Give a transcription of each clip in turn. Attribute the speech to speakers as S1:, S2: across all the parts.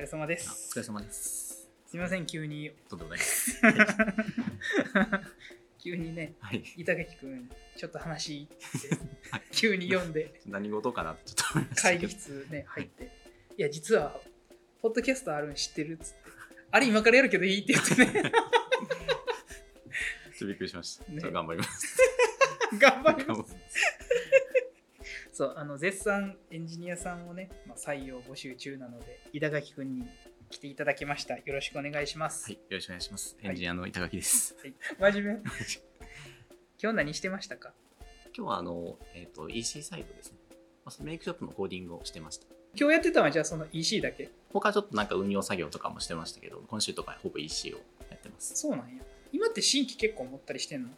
S1: れ様で
S2: あお
S1: す。
S2: 疲れ様です。
S1: すみません、急に、
S2: とんでもないです。
S1: 急にね、
S2: はい。
S1: 板垣くん、ちょっと話っ て、急に読んで、
S2: 何事かなってちょっと思いましたけ
S1: 会
S2: ど
S1: 議室ね、入って、いや、実は、ポッドキャストあるん知ってるっつって、あれ今からやるけどいいって言 ってね、
S2: ちょっとびっくりしました。
S1: ね
S2: ちょっと頑張り ます。
S1: 頑張り
S2: 頑
S1: ま
S2: 張
S1: す。
S2: ります
S1: そう、あの、絶賛エンジニアさんをね、まあ、採用募集中なので、板垣くんに来ていただきました。よろしくお願いします。
S2: はい、よろしくお願いします。エンジニアの板垣です。
S1: はい、真 面目。今日何してましたか
S2: 今日はあの、えっ、と、EC サイトですね。まあメイクショップのコーディングをしてました。
S1: 今日やってたのは、じゃあその EC だけ
S2: 他ちょっとなんか運用作業とかもしてましたけど、今週とかほぼ EC をやってます。
S1: そうなんや。今って新規結構持ったりしてんの
S2: ち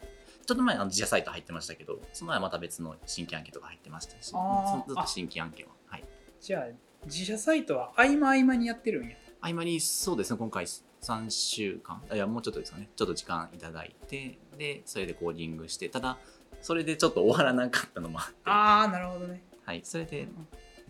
S2: ょっと前あの自社サイト入ってましたけど、その前はまた別の新規案件とか入ってましたし、ず
S1: あー
S2: っと新規案件は。はい。
S1: じゃあ、自社サイトは合間合間にやってるんや。
S2: 合間にそうですね今回3週間あいやもうちょっとですかねちょっと時間いただいてでそれでコーディングしてただそれでちょっと終わらなかったのもあって
S1: ああ、なるほどね。
S2: はい、それで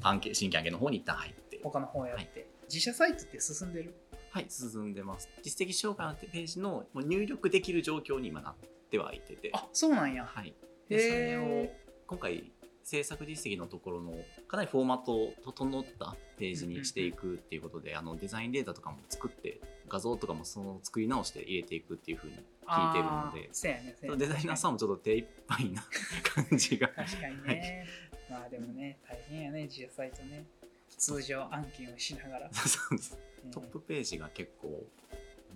S2: 案件新規案件の方に一旦入って
S1: 他の方やって。自社サイトって進んでる
S2: はい進んでます実績紹介のページのもう入力できる状況に今なってはいてて
S1: あそうなんや。
S2: はい
S1: へ
S2: でそれを
S1: ー
S2: 今回制作実績のところのかなりフォーマットを整ったページにしていくっていうことで、あのデザインデータとかも作って画像とかもその作り直して入れていくっていうふうに聞いてるので
S1: あーそうやね。そうやね
S2: デザイナーさんもちょっと手一杯な 感じが
S1: 確かにね。まあでもね、大変やね、自社サイトね。通常案件をしながら。
S2: そうです
S1: うん
S2: トップページが結構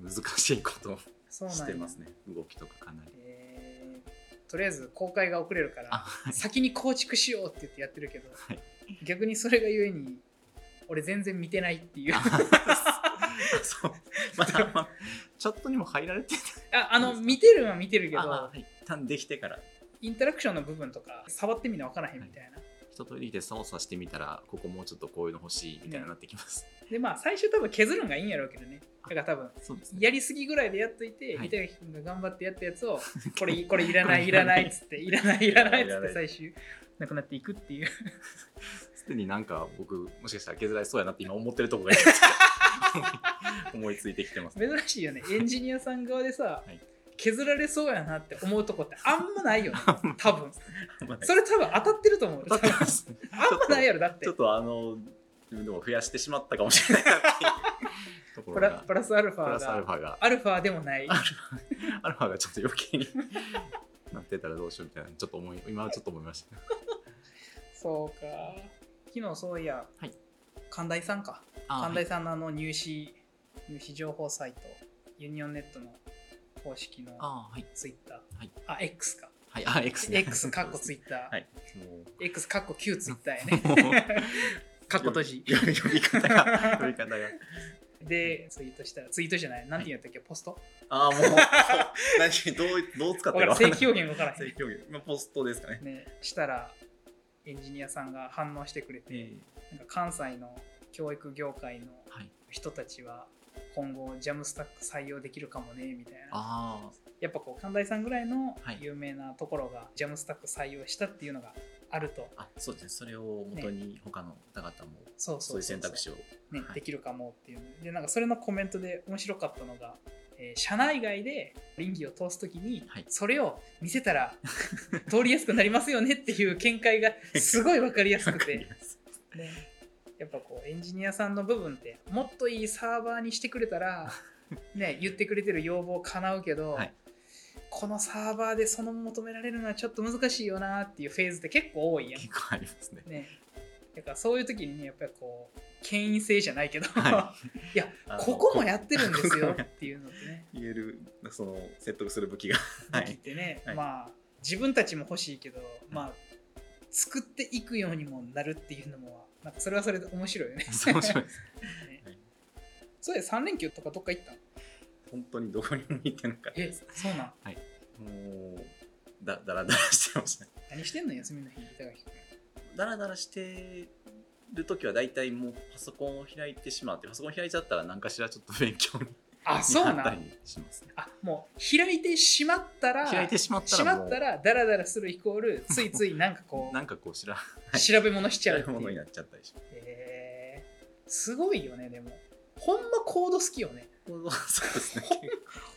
S2: 難しいことを
S1: そうなんや
S2: してますね動きとかか なり
S1: えーとりあえず公開が遅れるか
S2: あ
S1: ら、
S2: はい
S1: 先に構築しようって言ってやってるけど、
S2: はい
S1: 逆にそれがゆえに、俺全然見てないっていう。
S2: そうまだあんまチャットにも入られて
S1: ああの
S2: そうですか
S1: 見てるのは見てるけ
S2: ないあ、
S1: ど
S2: はい、一旦できてから
S1: インタラクションの部分とか触ってみな分からへんみたいな、
S2: 一通りで操作してみたらここもうちょっとこういうの欲しいみたいになってきます、
S1: でまあ最初多分削るのがいいんやろうけどねだから多分
S2: そうですね
S1: やりすぎぐらいでやっといて
S2: はい
S1: 板垣君が頑張ってやったやつをこれいこれいら ないいらないっつっていらないいらないっつ
S2: いら
S1: っ
S2: な
S1: て
S2: い
S1: 最終なくなっていくっていう
S2: すでになんか僕もしかしたら削られそうやなって今思ってると ころが思いついてきてます
S1: 珍しいよねエンジニアさん側でさ、
S2: い
S1: 削られそうやなって思うとこってあんまないよね 多分そ
S2: れ
S1: れ多分当たってると思う
S2: 当たってます
S1: あんまないやろだって
S2: ちょっとあの自分でも増やしてしまったかもしれないなっていうとこ
S1: プ
S2: ろ
S1: ラ
S2: が
S1: プラスアルフ
S2: プ
S1: ァ
S2: ラスアル
S1: が
S2: ファが
S1: アルファでもない
S2: アルファがちょっと余計になってたらどうしようみたいなちょっと思い今はちょっと思いましたね
S1: そうか。昨日そういや、
S2: はい
S1: 神大さんか。
S2: あ
S1: 神大さんのあの入試、入試情報サイト、ユニオンネットの公式の
S2: あはい
S1: ツイッター、
S2: はい
S1: あ、X か。
S2: はいあ X ね
S1: X かっこツイッター、
S2: はいも
S1: X かっこ Q ツイッターや
S2: うも う
S1: ね。かっこ閉じ。
S2: 呼び呼び方が呼び方が
S1: で、ツイートしたら、ツイートじゃない、なんて言うんやったっけ、ポスト
S2: ああもう何どうどう使っ
S1: わか
S2: てる
S1: ら
S2: か
S1: ん正規表現わからへ
S2: 正規表現まあポストですかね
S1: ん。ね、したら、エンジニアさんが反応してくれて、
S2: え
S1: なんか関西の教育業界の
S2: ーはい
S1: 人たちは今後ジャムスタック採用できるかもねみたいな
S2: あ
S1: やっぱこう神大さんぐらいの
S2: はい
S1: 有名なところがジャムスタック採用したっていうのがあると、
S2: ああそうですねそれを元に他の方々も
S1: そう
S2: そう
S1: そ
S2: いう
S1: そう
S2: う選択肢を
S1: ね
S2: はい
S1: できるかもっていうのででなんかそれのコメントで面白かったのが、えー社内外で倫理を通す時に
S2: はい
S1: それを見せた ら通りやすくなりますよねっていう見解がすごい分かりやすくて。ね、やっぱこうエンジニアさんの部分ってもっといいサーバーにしてくれた ら、ね、言ってくれてる要望叶うけど、
S2: はい
S1: このサーバーでその求められるのはちょっと難しいよなっていうフェーズって結構多いや
S2: 結構ありますね
S1: ん。ね、だからそういう時にねやっぱりこう権威性じゃないけど、
S2: はい
S1: や
S2: あの
S1: ここもやってるんですよ
S2: ここ
S1: っていうのってね
S2: 言えるその説得する武 器がは
S1: 武
S2: い
S1: 器ってね、
S2: はい
S1: まあ自分たちも欲しいけどまあ作っていくようにもなるっていうのもなんかそれはそれで面白いよね。
S2: そう 面白いです
S1: それ3連休とかどっか行ったの
S2: 本当にどこにも行ってなかった
S1: え
S2: です
S1: そうなん
S2: もうだだらだらしてましたね
S1: 何してんの休みの日板垣君
S2: だらだらしてる時は大体もうパソコンを開いてしまってパソコン開いちゃったら何かしらちょっと勉強に
S1: あそうな
S2: なったり
S1: ん
S2: しますね
S1: あもう開いてしまったら
S2: 開いてしまった
S1: し
S2: ら
S1: ま
S2: もう
S1: ったらダラダラするイコールついついなんかこ
S2: なんかこう知ら
S1: う調べ物しちゃうって
S2: ないもの
S1: い
S2: に
S1: う
S2: なっちゃったりします
S1: へえすごいよねでもほんまコード好きよね
S2: そうで すね。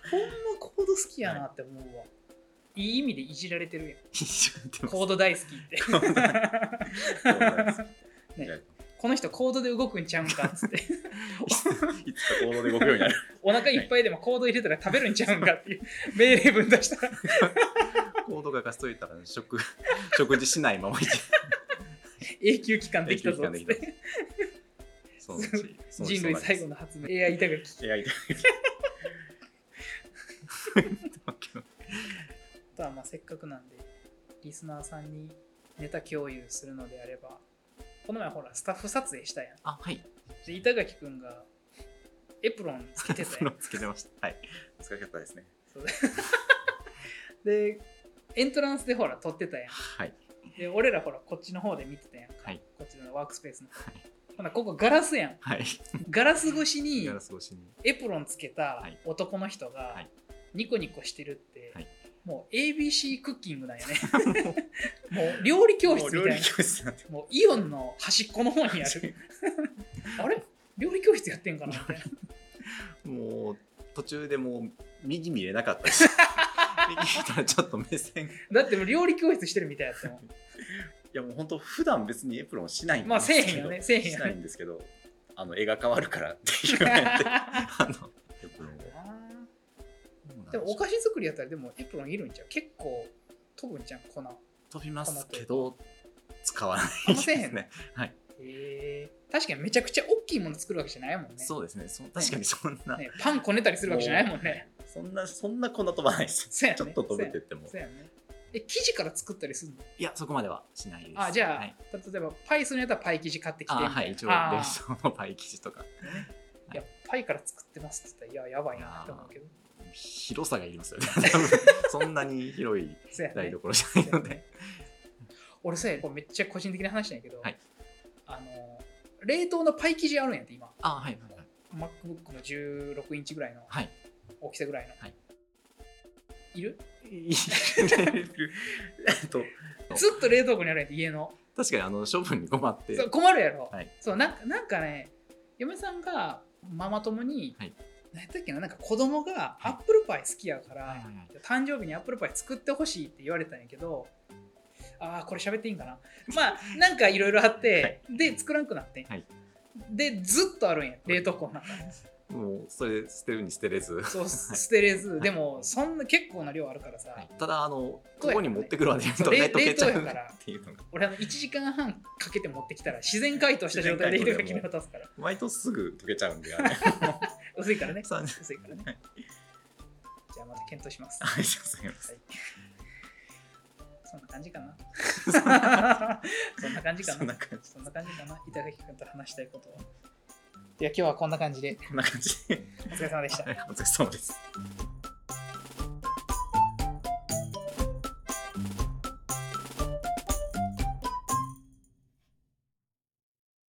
S1: ほんまコード好きやなって思うわ、い、い意味でいじられてるやん
S2: 一緒にや ってます
S1: コード大好きって
S2: コード大好
S1: ね
S2: じゃあ
S1: この人コードで動くんちゃうんかっつって
S2: いつか行動で動くようになる。
S1: お腹いっぱいでもコード入れたら食べるんちゃうんかっていう命令文出したら
S2: 行動が貸しといたら、 食、食事しないままいて。
S1: 永久期間できたぞっつっ
S2: 永久期間で
S1: て
S2: そのうち
S1: 人類最後。の発明 AI 板垣
S2: いや、痛い。
S1: あとはまあせっかくなんでリスナーさんにネタ共有するのであればこの前ほらスタッフ撮影したやん
S2: あ、はい。
S1: で板垣くんがエプロンつけて た
S2: そ
S1: や
S2: の
S1: ん
S2: つけてました。はい。難しかったですね。
S1: でエントランスでほら撮ってたや
S2: はい。
S1: んで俺らほらこっちの方で見てたやん
S2: はい。
S1: こっちのワークスペースの
S2: は
S1: ほなここガラスやん
S2: はい。
S1: ガラス越しに
S2: ガラス越しに。
S1: エプロンつけた
S2: はい
S1: 男の人
S2: は
S1: が
S2: い
S1: ニコニコしてるって、
S2: はい
S1: もう ABC クッキングだ よねもう料理教室みたいな
S2: もう料理教室なんて。
S1: もうイオンの端っこの方にあ るあれ料理教室やってんかなみたいな
S2: もう、途中でもう、右見れなかっ たし。右見たらちょっと目線。い
S1: だってもう料理教室してるみたいやった もん
S2: や、もう本当、普段別にエプロンしないんですけど。
S1: まあせえへんよねせえへん
S2: し
S1: よ
S2: ない
S1: ね
S2: んですけど、あの、絵が変わるからっていうのをや って、あの、エプロンを。
S1: でもお菓子作りやったらでもエプロンいるんちゃう結構飛ぶんちゃう粉
S2: 飛びますけど使わない
S1: あんませえへん
S2: ね。はい、
S1: へえ確かにめちゃくちゃ大きいもの作るわけじゃないもんね
S2: そうですね。そ確かにそんな、
S1: ねパンこねたりするわけじゃないもんね
S2: そんなそんな粉飛ばないです。
S1: そうやね
S2: ちょっと飛ぶって言っても、
S1: そうやねえ生地から作ったりするの
S2: いやそこまではしないです。
S1: あじゃあ、
S2: はい、
S1: 例えばパイするんやったらパイ生地買ってきて
S2: あ
S1: みたいな
S2: はい一応
S1: あー
S2: 冷凍のパイ生地とか
S1: いやパイから作ってますって言ったらいややばいなって思うけど
S2: 広さがいりますよね。多分そんなに広い
S1: そうやね
S2: 台所じゃないので、
S1: 俺さこれめっちゃ個人的な話なんやけど、
S2: はい
S1: あの冷凍のパイ生地あるんやって今
S2: あはいはいはい
S1: MacBook の16インチぐらいの
S2: はい。
S1: 大きさぐらいの、
S2: はい、
S1: る
S2: えっと
S1: ずっと冷凍庫にあるんやって家の
S2: 確かにあの処分に困って
S1: そう困るやろ、
S2: はい
S1: そうなんかなんかね嫁さんがママ友に、
S2: はい
S1: 何やったっけななんか子供がアップルパイ好きやから、
S2: はいはいはい
S1: 誕生日にアップルパイ作ってほしいって言われたんやけどああこれ喋っていいんかな まあなんかいろいろあって、で作らんくなってん、
S2: はい
S1: でずっとあるんや冷凍庫の中に
S2: もうそれ捨てるに捨てれず。
S1: そう捨てれずでもそんな結構な量あるからさ、
S2: はいただあの
S1: そうやから
S2: こ
S1: ね
S2: こに持ってくるまでに
S1: そう
S2: ね
S1: 冷
S2: 溶けちゃ
S1: 冷
S2: う
S1: 凍やから
S2: っていうのが
S1: 俺あの1時間半かけて持ってきたら自然解凍した状態で
S2: 自
S1: 糸が
S2: 然解凍
S1: 切
S2: で
S1: り
S2: も
S1: 渡すから
S2: 割とすぐ溶けちゃうんであれ
S1: 薄いからね
S2: そうね
S1: 薄いからねじゃあまた検討します
S2: ありがとうございます
S1: はいそんな感じかな。そんな感じか
S2: そんな
S1: な。
S2: 感じ
S1: そんな感じかな。板垣君と話したいことは。では今日はこんな感じで、
S2: こんな感じで
S1: お疲れ様でした
S2: は。いお疲れ様です